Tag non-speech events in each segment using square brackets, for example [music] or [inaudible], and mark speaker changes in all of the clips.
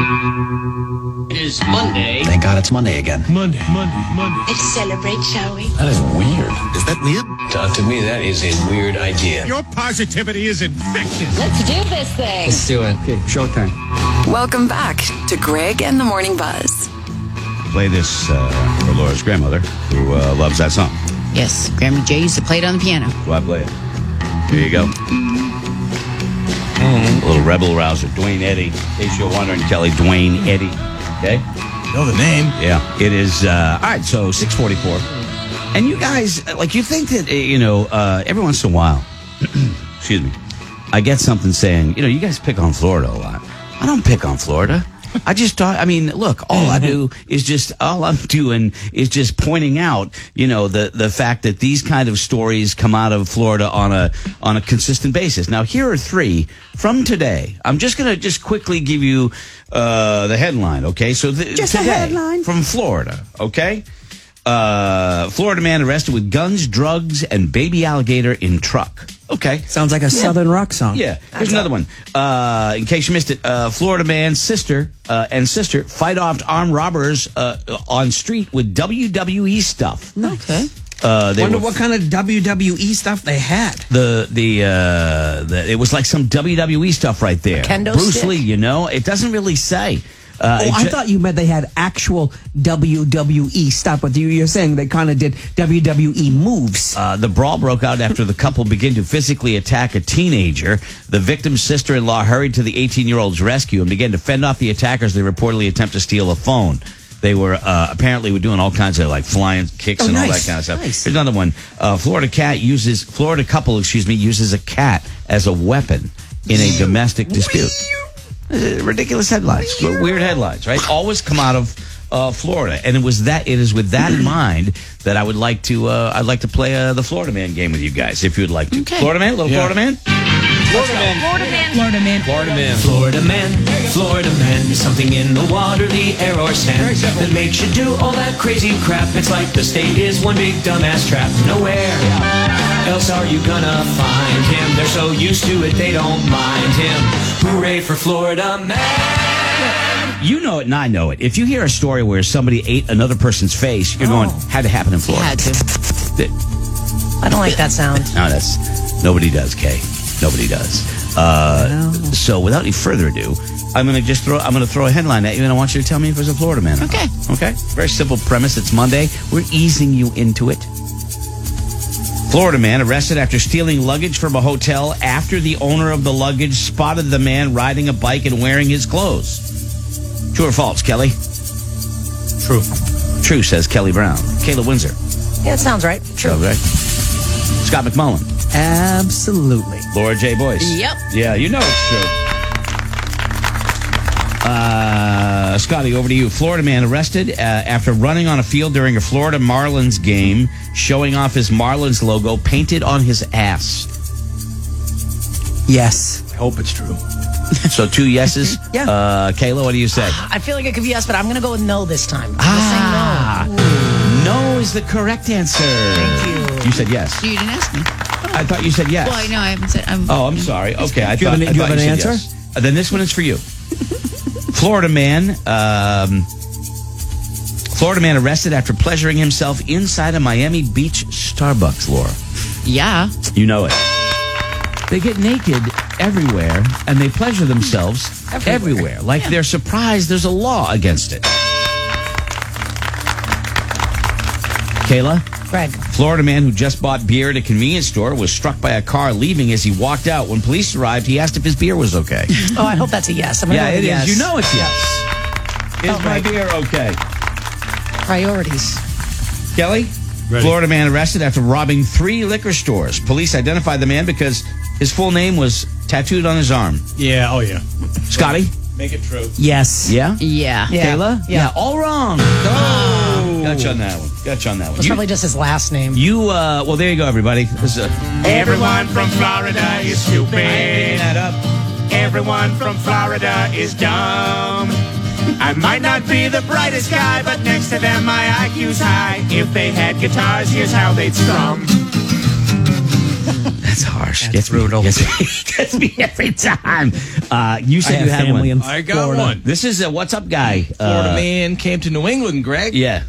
Speaker 1: It is Monday.
Speaker 2: Thank God it's Monday again.
Speaker 3: Monday, Monday, Monday.
Speaker 4: Let's celebrate, shall we?
Speaker 2: That is weird.
Speaker 5: Is that weird?
Speaker 2: Doc, Uh, to me, that is a weird idea.
Speaker 3: Your positivity is infectious.
Speaker 6: Let's do this thing.
Speaker 7: Let's do it.
Speaker 8: Okay, showtime.
Speaker 9: Welcome back to Greg and the Morning Buzz.
Speaker 5: Play this uh, for Laura's grandmother, who uh, loves that song.
Speaker 7: Yes, Grammy J used to play it on the piano.
Speaker 5: Why play it? Here you go. A little rebel rouser, Dwayne Eddy. In case you're wondering, Kelly, Dwayne Eddy. Okay?
Speaker 3: Know the name.
Speaker 5: Yeah, it is. Uh, all right, so 644. And you guys, like, you think that, uh, you know, uh, every once in a while, excuse me, I get something saying, you know, you guys pick on Florida a lot. I don't pick on Florida. I just thought, I mean, look, all I do is just, all I'm doing is just pointing out, you know, the, the fact that these kind of stories come out of Florida on a, on a consistent basis. Now, here are three from today. I'm just going to just quickly give you, uh, the headline, okay? So, the,
Speaker 10: Just a
Speaker 5: today,
Speaker 10: headline.
Speaker 5: From Florida, okay? Uh, Florida man arrested with guns, drugs, and baby alligator in truck. Okay.
Speaker 8: Sounds like a southern rock song.
Speaker 5: Yeah, here's another one. Uh, in case you missed it, uh, Florida man's sister uh, and sister fight off armed robbers uh, on street with WWE stuff.
Speaker 8: Okay.
Speaker 5: Uh, they
Speaker 8: Wonder
Speaker 5: were-
Speaker 8: what kind of WWE stuff they had.
Speaker 5: the the, uh, the it was like some WWE stuff right there.
Speaker 10: kendo
Speaker 5: Bruce
Speaker 10: stick?
Speaker 5: Lee, you know, it doesn't really say. Uh,
Speaker 8: Oh,
Speaker 5: it
Speaker 8: I
Speaker 5: ju-
Speaker 8: thought you meant they had actual WWE stuff, but you, you're saying they kind of did WWE moves.
Speaker 5: Uh, the brawl broke out after the couple began to physically attack a teenager. The victim's sister in law hurried to the 18 year old's rescue and began to fend off the attackers. They reportedly attempt to steal a phone. They were uh, apparently were doing all kinds of like flying kicks
Speaker 8: Oh,
Speaker 5: and all that
Speaker 8: nice,
Speaker 5: kind of stuff.
Speaker 8: nice.
Speaker 5: Here's another one. Uh, Florida cat uses Florida couple, excuse me, uses a cat as a weapon in a domestic dispute. Uh, ridiculous headlines, weird headlines, right? Always come out of uh, Florida, and it was that. It is with that in mind that I would like to. Uh, I'd like to play uh, the Florida Man game with you guys, if you'd like to.
Speaker 7: Okay.
Speaker 5: Florida Man, little Florida Man.
Speaker 7: Florida man.
Speaker 2: Florida man.
Speaker 11: Florida man, Florida man, something in the water, the air or sand that makes you do all that crazy crap. It's like the state is one big dumbass trap. Nowhere else are you gonna find him. They're so used to it they don't mind him. Hooray for Florida man!
Speaker 5: You know it, and I know it. If you hear a story where somebody ate another person's face, you're going, "Had to happen in Florida."
Speaker 7: Had to.
Speaker 5: Th-
Speaker 10: I don't like that sound.
Speaker 5: [laughs] No, that's nobody does, Kay. Nobody does. Uh, so, without any further ado, I'm going to just throw. I'm going to throw a headline at you, and I want you to tell me if it's a Florida man. or not.
Speaker 7: Okay.
Speaker 5: Okay. Very simple premise. It's Monday. We're easing you into it. Florida man arrested after stealing luggage from a hotel after the owner of the luggage spotted the man riding a bike and wearing his clothes. True or false, Kelly?
Speaker 3: True.
Speaker 5: True, says Kelly Brown. Kayla Windsor.
Speaker 10: Yeah, it sounds right. True.
Speaker 5: Right. Scott McMullen.
Speaker 8: Absolutely.
Speaker 5: Laura J. Boyce.
Speaker 7: Yep.
Speaker 5: Yeah, you know it's true. Uh, Scotty, over to you. Florida man arrested uh, after running on a field during a Florida Marlins game, showing off his Marlins logo painted on his ass.
Speaker 8: Yes.
Speaker 3: I hope it's true.
Speaker 5: [laughs] So two yeses.
Speaker 8: Yeah.
Speaker 5: Uh, Kayla, what do you say?
Speaker 10: I feel like it could be yes, but I'm going to go with no this time. I'm
Speaker 5: Ah.
Speaker 10: going to say no.
Speaker 5: No is the correct answer.
Speaker 10: Thank you.
Speaker 5: You said yes.
Speaker 7: You didn't ask me.
Speaker 5: I thought you said yes.
Speaker 7: Well, I know I haven't said. I'm,
Speaker 5: Oh, I'm sorry. Okay, I
Speaker 8: Do you
Speaker 5: thought
Speaker 8: have an-
Speaker 5: I
Speaker 8: do you have
Speaker 5: thought
Speaker 8: an
Speaker 5: said
Speaker 8: answer?
Speaker 5: yes. Uh, then this one
Speaker 8: [laughs]
Speaker 5: is for you. Florida man, um, Florida man arrested after pleasuring himself inside a Miami Beach Starbucks. Laura,
Speaker 7: Yeah.
Speaker 5: you know it. They get naked everywhere and they pleasure themselves everywhere. Like they're surprised there's a law against it. Kayla,
Speaker 10: Greg.
Speaker 5: Florida man who just bought beer at a convenience store was struck by a car leaving as he walked out. When police arrived, he asked if his beer was okay.
Speaker 10: Oh, I hope that's a yes. I'm going
Speaker 5: [laughs]
Speaker 10: to
Speaker 5: yeah,
Speaker 10: go
Speaker 5: it
Speaker 10: with
Speaker 5: is.
Speaker 10: yes.
Speaker 5: You know it's yes. Is my beer okay?
Speaker 10: Priorities.
Speaker 5: Kelly?
Speaker 3: Ready.
Speaker 5: Florida man arrested after robbing three liquor stores. Police identified the man because his full name was tattooed on his arm.
Speaker 3: Yeah, oh yeah.
Speaker 5: Scotty?
Speaker 3: Make it true.
Speaker 8: Yes.
Speaker 5: Yeah?
Speaker 7: Yeah.
Speaker 10: Yeah.
Speaker 5: Kayla?
Speaker 10: Yeah.
Speaker 5: all wrong. Oh. Got you on that one. Got you on that one.
Speaker 10: It's
Speaker 5: You,
Speaker 10: probably just his last name.
Speaker 5: you, uh, well, there you go, everybody. This is a,
Speaker 3: Everyone from Florida is
Speaker 5: Bring
Speaker 3: stupid.
Speaker 5: that up.
Speaker 3: Everyone from Florida is dumb. I might not be the brightest guy, but next to them my IQ's high. If they had guitars, here's how they'd strum.
Speaker 5: That's harsh.
Speaker 10: That's
Speaker 5: gets
Speaker 10: brutal.
Speaker 5: Me. Gets, gets me [laughs] every time. Uh, you
Speaker 4: I
Speaker 5: said
Speaker 4: have
Speaker 5: you had
Speaker 4: family
Speaker 5: one.
Speaker 4: in I got Florida. one.
Speaker 5: This is a what's up guy.
Speaker 4: Florida
Speaker 5: Uh,
Speaker 4: man came to New England, Greg.
Speaker 5: Yeah.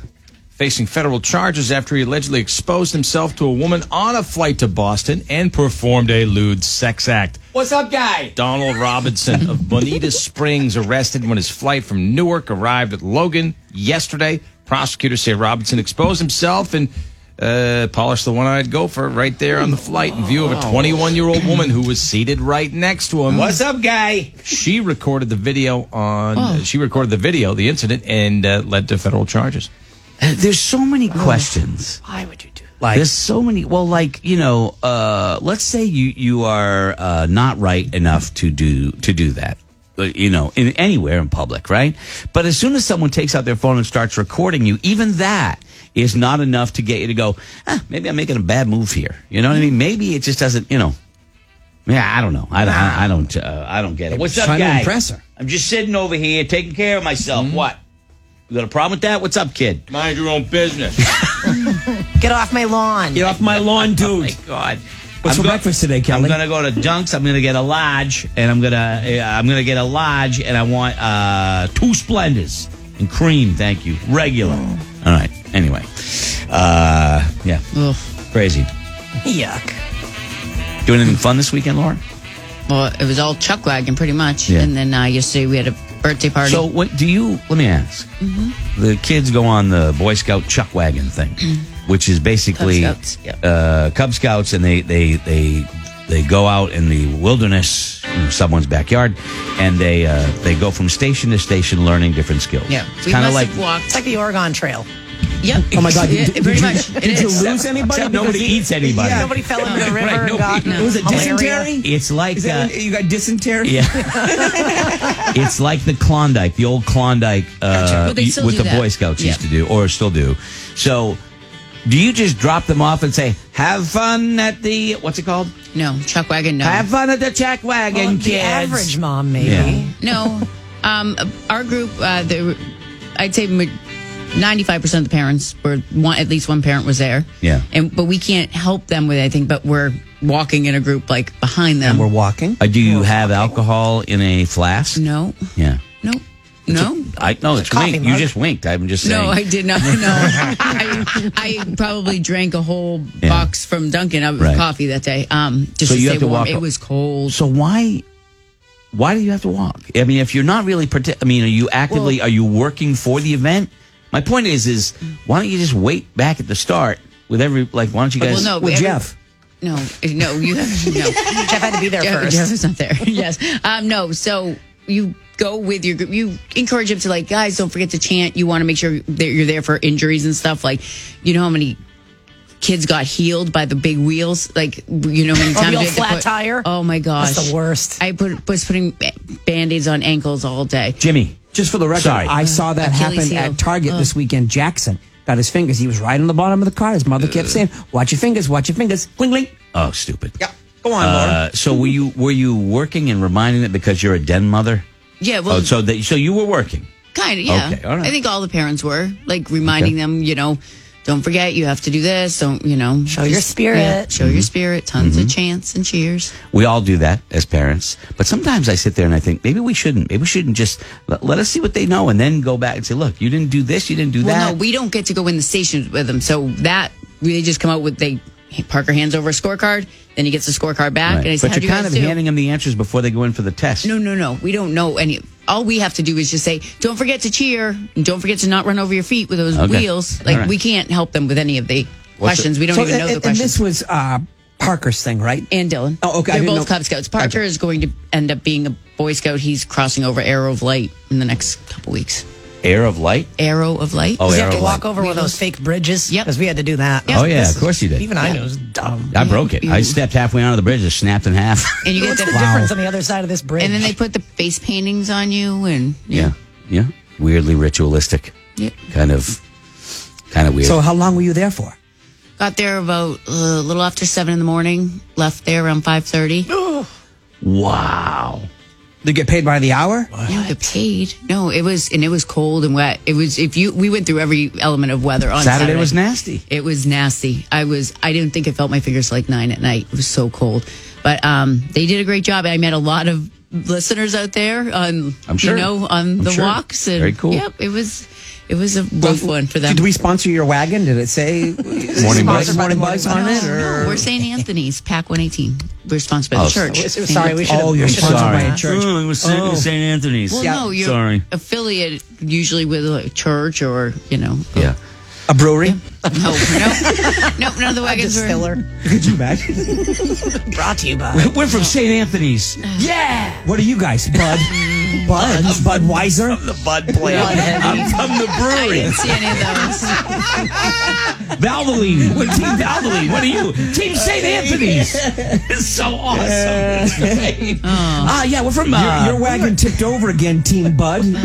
Speaker 4: Facing federal charges after he allegedly exposed himself to a woman on a flight to Boston and performed a lewd sex act.
Speaker 11: What's up, guy?
Speaker 4: Donald Robinson of Bonita
Speaker 5: [laughs]
Speaker 4: Springs arrested when his flight from Newark arrived at Logan yesterday. Prosecutors say Robinson exposed himself and uh, polished the one-eyed gopher right there on the flight in view of a 21-year-old woman who was seated right next to him.
Speaker 11: What's up, guy?
Speaker 4: She recorded the video on. She recorded the video, the incident, and uh, led to federal charges.
Speaker 5: There's so many questions.
Speaker 10: Why would you do that?
Speaker 5: There's so many. Well, like you know, uh, let's say you you are uh, not right enough to do to do that. uh, You know, in anywhere in public, right? But as soon as someone takes out their phone and starts recording you, even that is not enough to get you to go. Ah, maybe I'm making a bad move here. You know what I mean? Maybe it just doesn't. You know. Yeah, I don't know. I, I, I don't. Uh, I don't get it. What's up,
Speaker 11: Trying to
Speaker 5: guy?
Speaker 11: impress her.
Speaker 5: I'm just sitting over here taking care of myself. What? You got a problem with that? What's up, kid?
Speaker 4: Mind your own business.
Speaker 10: Get off my lawn.
Speaker 11: Get off my
Speaker 5: [laughs]
Speaker 11: lawn, dude.
Speaker 5: Oh, my God.
Speaker 11: What's for
Speaker 5: go-
Speaker 11: breakfast today,
Speaker 5: I'm
Speaker 11: Kelly?
Speaker 5: gonna go to Dunk's. I'm gonna get a lodge, and I'm gonna uh, I'm gonna get a lodge, and I want uh, two splendors and cream. Thank you, regular.
Speaker 7: Oh.
Speaker 5: All right. Anyway, uh, yeah,
Speaker 7: Ugh.
Speaker 5: crazy.
Speaker 10: Yuck.
Speaker 5: Doing anything fun this weekend, Lauren?
Speaker 7: Well, it was all chuck wagon pretty much.
Speaker 5: Yeah.
Speaker 7: And then uh, yesterday we had a birthday party.
Speaker 5: So, what do you? Let me ask. The kids go on the Boy Scout chuck wagon thing, which is basically
Speaker 7: Cub Scouts, yep.
Speaker 5: uh, Cub Scouts, and they they they they go out in the wilderness, you know, someone's backyard, and they uh, they go from station to station, learning different skills.
Speaker 7: yeah,
Speaker 5: it's
Speaker 7: we
Speaker 5: kind of
Speaker 7: must
Speaker 5: like
Speaker 7: have
Speaker 10: It's
Speaker 7: walked.
Speaker 10: like the Oregon Trail.
Speaker 7: Yep.
Speaker 8: Oh my God!
Speaker 7: Yeah, [laughs]
Speaker 8: Did, did
Speaker 7: pretty
Speaker 8: you,
Speaker 7: much. It
Speaker 8: did you
Speaker 7: is.
Speaker 8: lose anybody?
Speaker 5: Except nobody
Speaker 8: Because-
Speaker 5: eats anybody.
Speaker 8: Yeah.
Speaker 10: Nobody fell into the
Speaker 5: [laughs]
Speaker 10: river
Speaker 5: Right,
Speaker 10: and got
Speaker 5: nobody-
Speaker 8: Was it
Speaker 10: malaria.
Speaker 8: dysentery?
Speaker 5: it's like
Speaker 8: Is that
Speaker 5: uh,
Speaker 8: when you got dysentery?
Speaker 5: Yeah. [laughs] it's like the Klondike, the old Klondike uh,
Speaker 7: Gotcha. Well, they still
Speaker 5: with
Speaker 7: do
Speaker 5: the
Speaker 7: that.
Speaker 5: Boy Scouts used
Speaker 7: Yeah.
Speaker 5: to do, or still do. So, do you just drop them off and say, "Have fun at the what's it called?
Speaker 7: No, chuck wagon. No.
Speaker 5: Have fun at the check wagon,
Speaker 10: Well,
Speaker 5: kids."
Speaker 10: the average mom, maybe.
Speaker 5: Yeah.
Speaker 7: No, um, our group, uh, there were- I'd say ninety-five percent of the parents were one, at least one parent was there.
Speaker 5: Yeah.
Speaker 7: and but we can't help them with anything. But we're walking in a group like behind them.
Speaker 8: We're walking.
Speaker 5: Uh, do you have alcohol in a flask?
Speaker 7: no,
Speaker 5: Yeah.
Speaker 7: no, no.
Speaker 5: I no, it's,
Speaker 10: coffee
Speaker 5: wink. You
Speaker 10: mug.
Speaker 5: just winked. I'm just saying.
Speaker 7: No, I did not. No,
Speaker 5: [laughs]
Speaker 7: I, I probably drank a whole
Speaker 5: Yeah.
Speaker 7: box from Dunkin' of
Speaker 5: Right.
Speaker 7: coffee that day. Um, just
Speaker 5: So
Speaker 7: to
Speaker 5: you
Speaker 7: stay
Speaker 5: have to
Speaker 7: warm.
Speaker 5: walk-
Speaker 7: It was cold.
Speaker 5: So why? Why do you have to walk? I mean, if you're not really, parti- I mean, are you actively, are you working for the event? My point is, is why don't you just wait back at the start with every, like, why don't you guys?
Speaker 7: well, no,
Speaker 8: With
Speaker 7: every-
Speaker 8: Jeff.
Speaker 7: No, no, you have no.
Speaker 10: Jeff had to be there
Speaker 7: Jeff,
Speaker 10: first.
Speaker 7: Jeff is not there. [laughs] yes. Um, no. So you go with your group. You encourage them to like, guys, don't forget to chant. You want to make sure that you're there for injuries and stuff. Like, you know how many kids got healed by the big wheels? Like, you know how many
Speaker 10: Oh, the
Speaker 7: times you
Speaker 10: old
Speaker 7: had to
Speaker 10: flat
Speaker 7: put-
Speaker 10: tire?
Speaker 7: Oh my gosh,
Speaker 10: That's the worst.
Speaker 7: I put was putting band aids on ankles all day.
Speaker 5: Jimmy,
Speaker 8: Just for the record,
Speaker 5: Sorry.
Speaker 8: I saw that happen
Speaker 7: Achilles heel.
Speaker 8: at Target this weekend. Jackson got his fingers. He was right on the bottom of the car. His mother kept saying, "Watch your fingers, watch your fingers." Bling, bling.
Speaker 5: oh, stupid.
Speaker 8: Yeah. Go on,
Speaker 5: Uh, so were you were you working and reminding it because you're a den mother?
Speaker 7: Yeah, well,
Speaker 5: oh, so that so you were working.
Speaker 7: Kind of, yeah.
Speaker 5: Okay, all right.
Speaker 7: I think all the parents were like reminding them, you know, don't forget you have to do this. Don't you know?
Speaker 10: Show your spirit.
Speaker 7: show
Speaker 5: Mm-hmm.
Speaker 7: your spirit. Tons of chants and cheers.
Speaker 5: We all do that as parents, but sometimes I sit there and I think maybe we shouldn't. Maybe we shouldn't just let, let us see what they know and then go back and say, look, you didn't do this, you didn't do that.
Speaker 7: Well, no, we don't get to go in the stations with them. So that they just come out with they Parker hands over a scorecard, then he gets the scorecard back,
Speaker 5: Right.
Speaker 7: and I
Speaker 5: but
Speaker 7: said, "How do
Speaker 5: you're
Speaker 7: you
Speaker 5: kind
Speaker 7: guys
Speaker 5: of
Speaker 7: do?"
Speaker 5: handing them the answers before they go in for the test.
Speaker 7: no, no, no. We don't know any. All we have to do is just say, "Don't forget to cheer, and don't forget to not run over your feet with those
Speaker 5: Okay.
Speaker 7: wheels."
Speaker 5: All
Speaker 7: Like
Speaker 5: right.
Speaker 7: we can't help them with any of the
Speaker 5: What's
Speaker 7: questions. we don't even know
Speaker 8: and,
Speaker 7: the
Speaker 8: and
Speaker 7: questions.
Speaker 8: this was uh, Parker's thing, right?
Speaker 7: and Dylan.
Speaker 8: Oh, okay, I
Speaker 7: They're
Speaker 8: didn't
Speaker 7: both
Speaker 8: know-
Speaker 7: Cub Scouts. Parker is going to end up being a Boy Scout. He's crossing over Arrow of Light in the next couple weeks.
Speaker 5: Air of light.
Speaker 7: Arrow of Light.
Speaker 5: Oh,
Speaker 10: Did you
Speaker 5: Arrow
Speaker 10: have to
Speaker 5: of
Speaker 10: walk
Speaker 5: Light.
Speaker 10: over one of those fake bridges?
Speaker 7: Yep.
Speaker 10: Because we had to do that.
Speaker 5: Oh, yeah, of course you did.
Speaker 10: Even I knew it was dumb.
Speaker 5: I broke it. I stepped halfway onto the bridge, just snapped in
Speaker 7: [laughs]
Speaker 5: half.
Speaker 7: And you get
Speaker 10: What's
Speaker 7: the
Speaker 10: the difference on the other side of this bridge?
Speaker 7: And then
Speaker 10: [laughs]
Speaker 7: they put the face paintings on you, and
Speaker 5: yeah, yeah. Weirdly ritualistic.
Speaker 7: Yeah.
Speaker 5: Kind of, kind of weird.
Speaker 8: So how long were you there for?
Speaker 7: got there about uh, a little after seven in the morning. Left there around five thirty.
Speaker 5: wow.
Speaker 8: They get paid by the hour?
Speaker 7: No, get paid. No, it was and it was cold and wet. It was if you we went through every element of weather on
Speaker 5: Saturday
Speaker 7: Saturday.
Speaker 5: was nasty.
Speaker 7: It was nasty. I was I didn't think I felt my fingers till like nine at night. It was so cold, but um, they did a great job. I met a lot of listeners out there on
Speaker 5: I'm sure.
Speaker 7: you know on
Speaker 5: I'm
Speaker 7: the
Speaker 5: sure.
Speaker 7: walks and
Speaker 5: Very cool.
Speaker 7: Yep, it was it was a rough one for them.
Speaker 8: Did we sponsor your wagon? Did it say
Speaker 5: Morning Buzz?
Speaker 8: sponsor Morning Buzz on it? Or?
Speaker 7: Oh, No, we're St. Anthony's Pack 118. We're sponsored by
Speaker 5: Oh,
Speaker 7: the church.
Speaker 10: Sorry, we should
Speaker 8: Oh, you're
Speaker 10: have.
Speaker 8: sponsored by a
Speaker 5: Sorry.
Speaker 8: church.
Speaker 5: Oh, it was St.
Speaker 8: Oh.
Speaker 5: St. Anthony's.
Speaker 7: Well,
Speaker 8: Yeah.
Speaker 7: no, you're
Speaker 5: Sorry.
Speaker 7: affiliated usually with a church or you know.
Speaker 5: Yeah.
Speaker 8: A brewery?
Speaker 7: No, no, no,
Speaker 8: [laughs]
Speaker 7: none of the wagons were.
Speaker 10: Distiller.
Speaker 8: Could you imagine?
Speaker 10: Brought to you by.
Speaker 5: We're from St. Anthony's.
Speaker 8: What are you guys, Bud? Bud? Budweiser?
Speaker 5: The Bud Plant. I'm from the
Speaker 7: I
Speaker 5: brewery.
Speaker 7: didn't see any of those.
Speaker 5: Valvoline. We're Team Valvoline. What are you? Team St. Anthony's. It's so awesome. It's great. Ah, yeah, we're from. Uh,
Speaker 8: Your wagon tipped over again, Team Bud.
Speaker 5: we're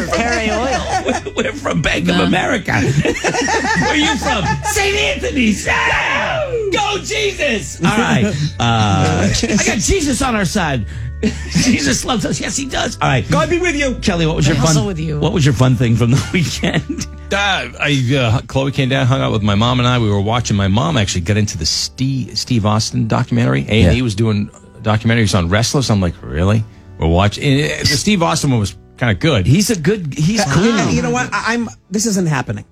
Speaker 5: from Perry Oil. [laughs] We're from Bank of America. [laughs] Where are you from? St. Anthony's. Ah! Go Jesus! All right. Uh, I got Jesus on our side. [laughs] Jesus loves us. Yes, he does. All right. God be with you, Kelly. What was your
Speaker 10: Also
Speaker 5: fun?
Speaker 10: with you.
Speaker 5: What was your fun thing from the [laughs] weekend?
Speaker 4: Uh, I uh, Chloe came down, hung out with my mom and I. We were watching. My mom actually got into the Steve, Steve Austin documentary. A and
Speaker 5: Yeah.
Speaker 4: E was doing documentaries on Restless. I'm like, really? We're watching. and, uh, The Steve Austin one was kind of good.
Speaker 5: He's a good. He's
Speaker 8: You know- Ah, You know what? I, I'm. This isn't happening.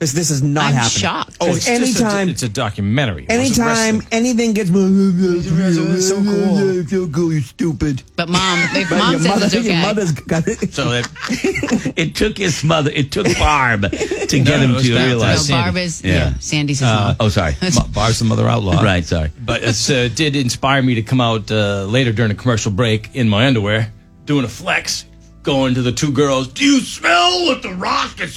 Speaker 8: This this is not
Speaker 7: I'm
Speaker 8: happening.
Speaker 7: shocked.
Speaker 4: oh,
Speaker 8: 'Cause
Speaker 4: it's just
Speaker 8: anytime,
Speaker 4: a, it's a documentary. It wasn't
Speaker 8: anytime Mm-hmm.
Speaker 4: wrestling.
Speaker 8: anything gets so cool. So cool, you stupid.
Speaker 7: But mom, if
Speaker 8: But
Speaker 7: mom
Speaker 8: your
Speaker 7: says
Speaker 8: mother,
Speaker 7: it's
Speaker 8: your
Speaker 7: okay.
Speaker 8: mother's got it.
Speaker 4: So [laughs] that,
Speaker 5: It took his mother. It took Barb to
Speaker 4: No,
Speaker 5: get
Speaker 4: it
Speaker 5: him
Speaker 4: was
Speaker 5: to
Speaker 4: Barb.
Speaker 5: realize.
Speaker 4: Sandy.
Speaker 7: no, Barb is yeah.
Speaker 5: Yeah.
Speaker 7: Sandy's his
Speaker 5: Uh,
Speaker 7: mom.
Speaker 5: oh, sorry.
Speaker 4: Ma- Barb's the mother outlaw.
Speaker 5: Right. Sorry.
Speaker 4: But it's, uh, it did inspire me to come out uh, later during a commercial break in my underwear, doing a flex, going to the two girls. Do you smell what the rock is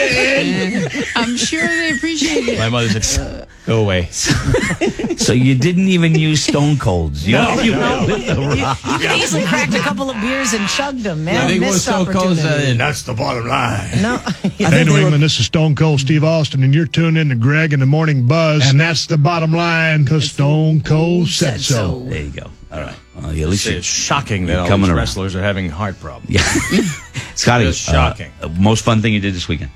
Speaker 4: cooking?
Speaker 7: I'm sure they
Speaker 5: [laughs]
Speaker 7: appreciate it.
Speaker 4: my mother said, "Go away." [laughs]
Speaker 5: So you didn't even use Stone Colds. You,
Speaker 4: No,
Speaker 5: you
Speaker 4: no.
Speaker 5: went with the rock.
Speaker 10: You could easily cracked a couple of beers and chugged them, man. Missed opportunity.
Speaker 4: that's the bottom line.
Speaker 10: no.
Speaker 6: Hey, New
Speaker 8: they were-
Speaker 6: England, this is Stone Cold Steve Austin, and you're tuned in to Greg in the Morning Buzz, and that's the bottom line, because Stone Cold said so.
Speaker 5: Oh, There you go. All right. Well, at least you
Speaker 4: It's shocking that all
Speaker 5: Coming
Speaker 4: these
Speaker 5: around.
Speaker 4: wrestlers are having heart problems.
Speaker 5: Scotty.
Speaker 4: That's shocking.
Speaker 5: uh, most fun thing you did this weekend.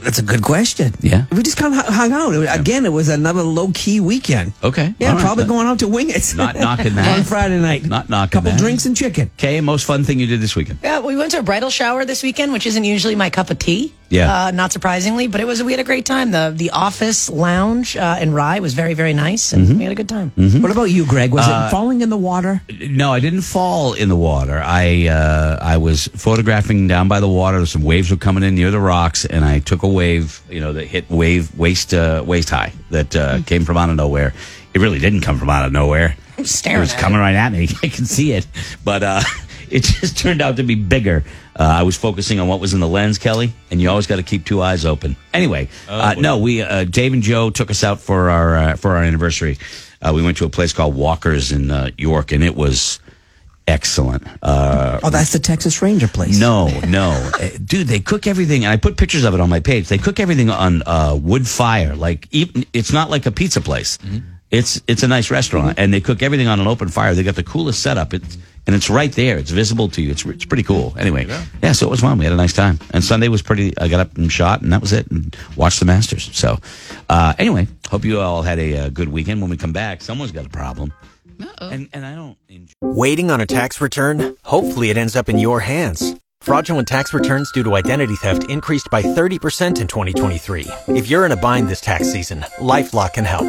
Speaker 8: That's a good question.
Speaker 5: Yeah.
Speaker 8: we just kind of hung out. It- Again, it was another low key weekend.
Speaker 5: Okay.
Speaker 8: Yeah,
Speaker 5: All right.
Speaker 8: probably going out to wing it. [laughs]
Speaker 5: Not knocking that.
Speaker 8: on Friday night.
Speaker 5: Not knocking
Speaker 8: Couple
Speaker 5: that.
Speaker 8: drinks and chicken.
Speaker 5: Okay. Most fun thing you did this weekend.
Speaker 10: Yeah, we went to a bridal shower this weekend, which isn't usually my cup of tea.
Speaker 5: Yeah.
Speaker 10: Uh, not surprisingly, but it was we had a great time. The the office lounge uh, in Rye was very very nice, and we had a good time.
Speaker 5: Mm-hmm.
Speaker 8: What about you, Greg? Was
Speaker 5: Uh,
Speaker 8: it falling in the water?
Speaker 5: No, I didn't fall in the water. I uh, I was photographing down by the water. Some waves were coming in near the rocks, and I took a wave. You know, that hit wave waist uh, waist high. That uh, came from out of nowhere. It really didn't come from out of nowhere.
Speaker 10: I'm staring
Speaker 5: It was
Speaker 10: at
Speaker 5: coming right at me. [laughs] I can see it, but uh, [laughs] it just turned out to be bigger. Uh, I was focusing on what was in the lens, Kelly, and you always got to keep two eyes open. Anyway, uh, no, we uh, Dave and Joe took us out for our uh, for our anniversary. Uh, we went to a place called Walker's in uh, York, and it was excellent. Uh,
Speaker 8: Oh, that's the Texas Ranger place.
Speaker 5: no, no, Uh, dude, they cook everything, and I put pictures of it on my page. They cook everything on uh, wood fire. Like even it's not like a pizza place. It's it's a nice restaurant, and they cook everything on an open fire. They got the coolest setup. It's and it's right there. It's visible to you. It's it's pretty cool. Anyway, yeah. So it was fun. We had a nice time, and Sunday was pretty. I got up and shot, and that was it. And watched the Masters. So uh, anyway, hope you all had a, uh good weekend. When we come back, someone's got a problem, and and I don't. Enjoy-
Speaker 12: Waiting on a tax return? Hopefully, it ends up in your hands. Fraudulent tax returns due to identity theft increased by 30% in 2023. If you're in a bind this tax season, LifeLock can help.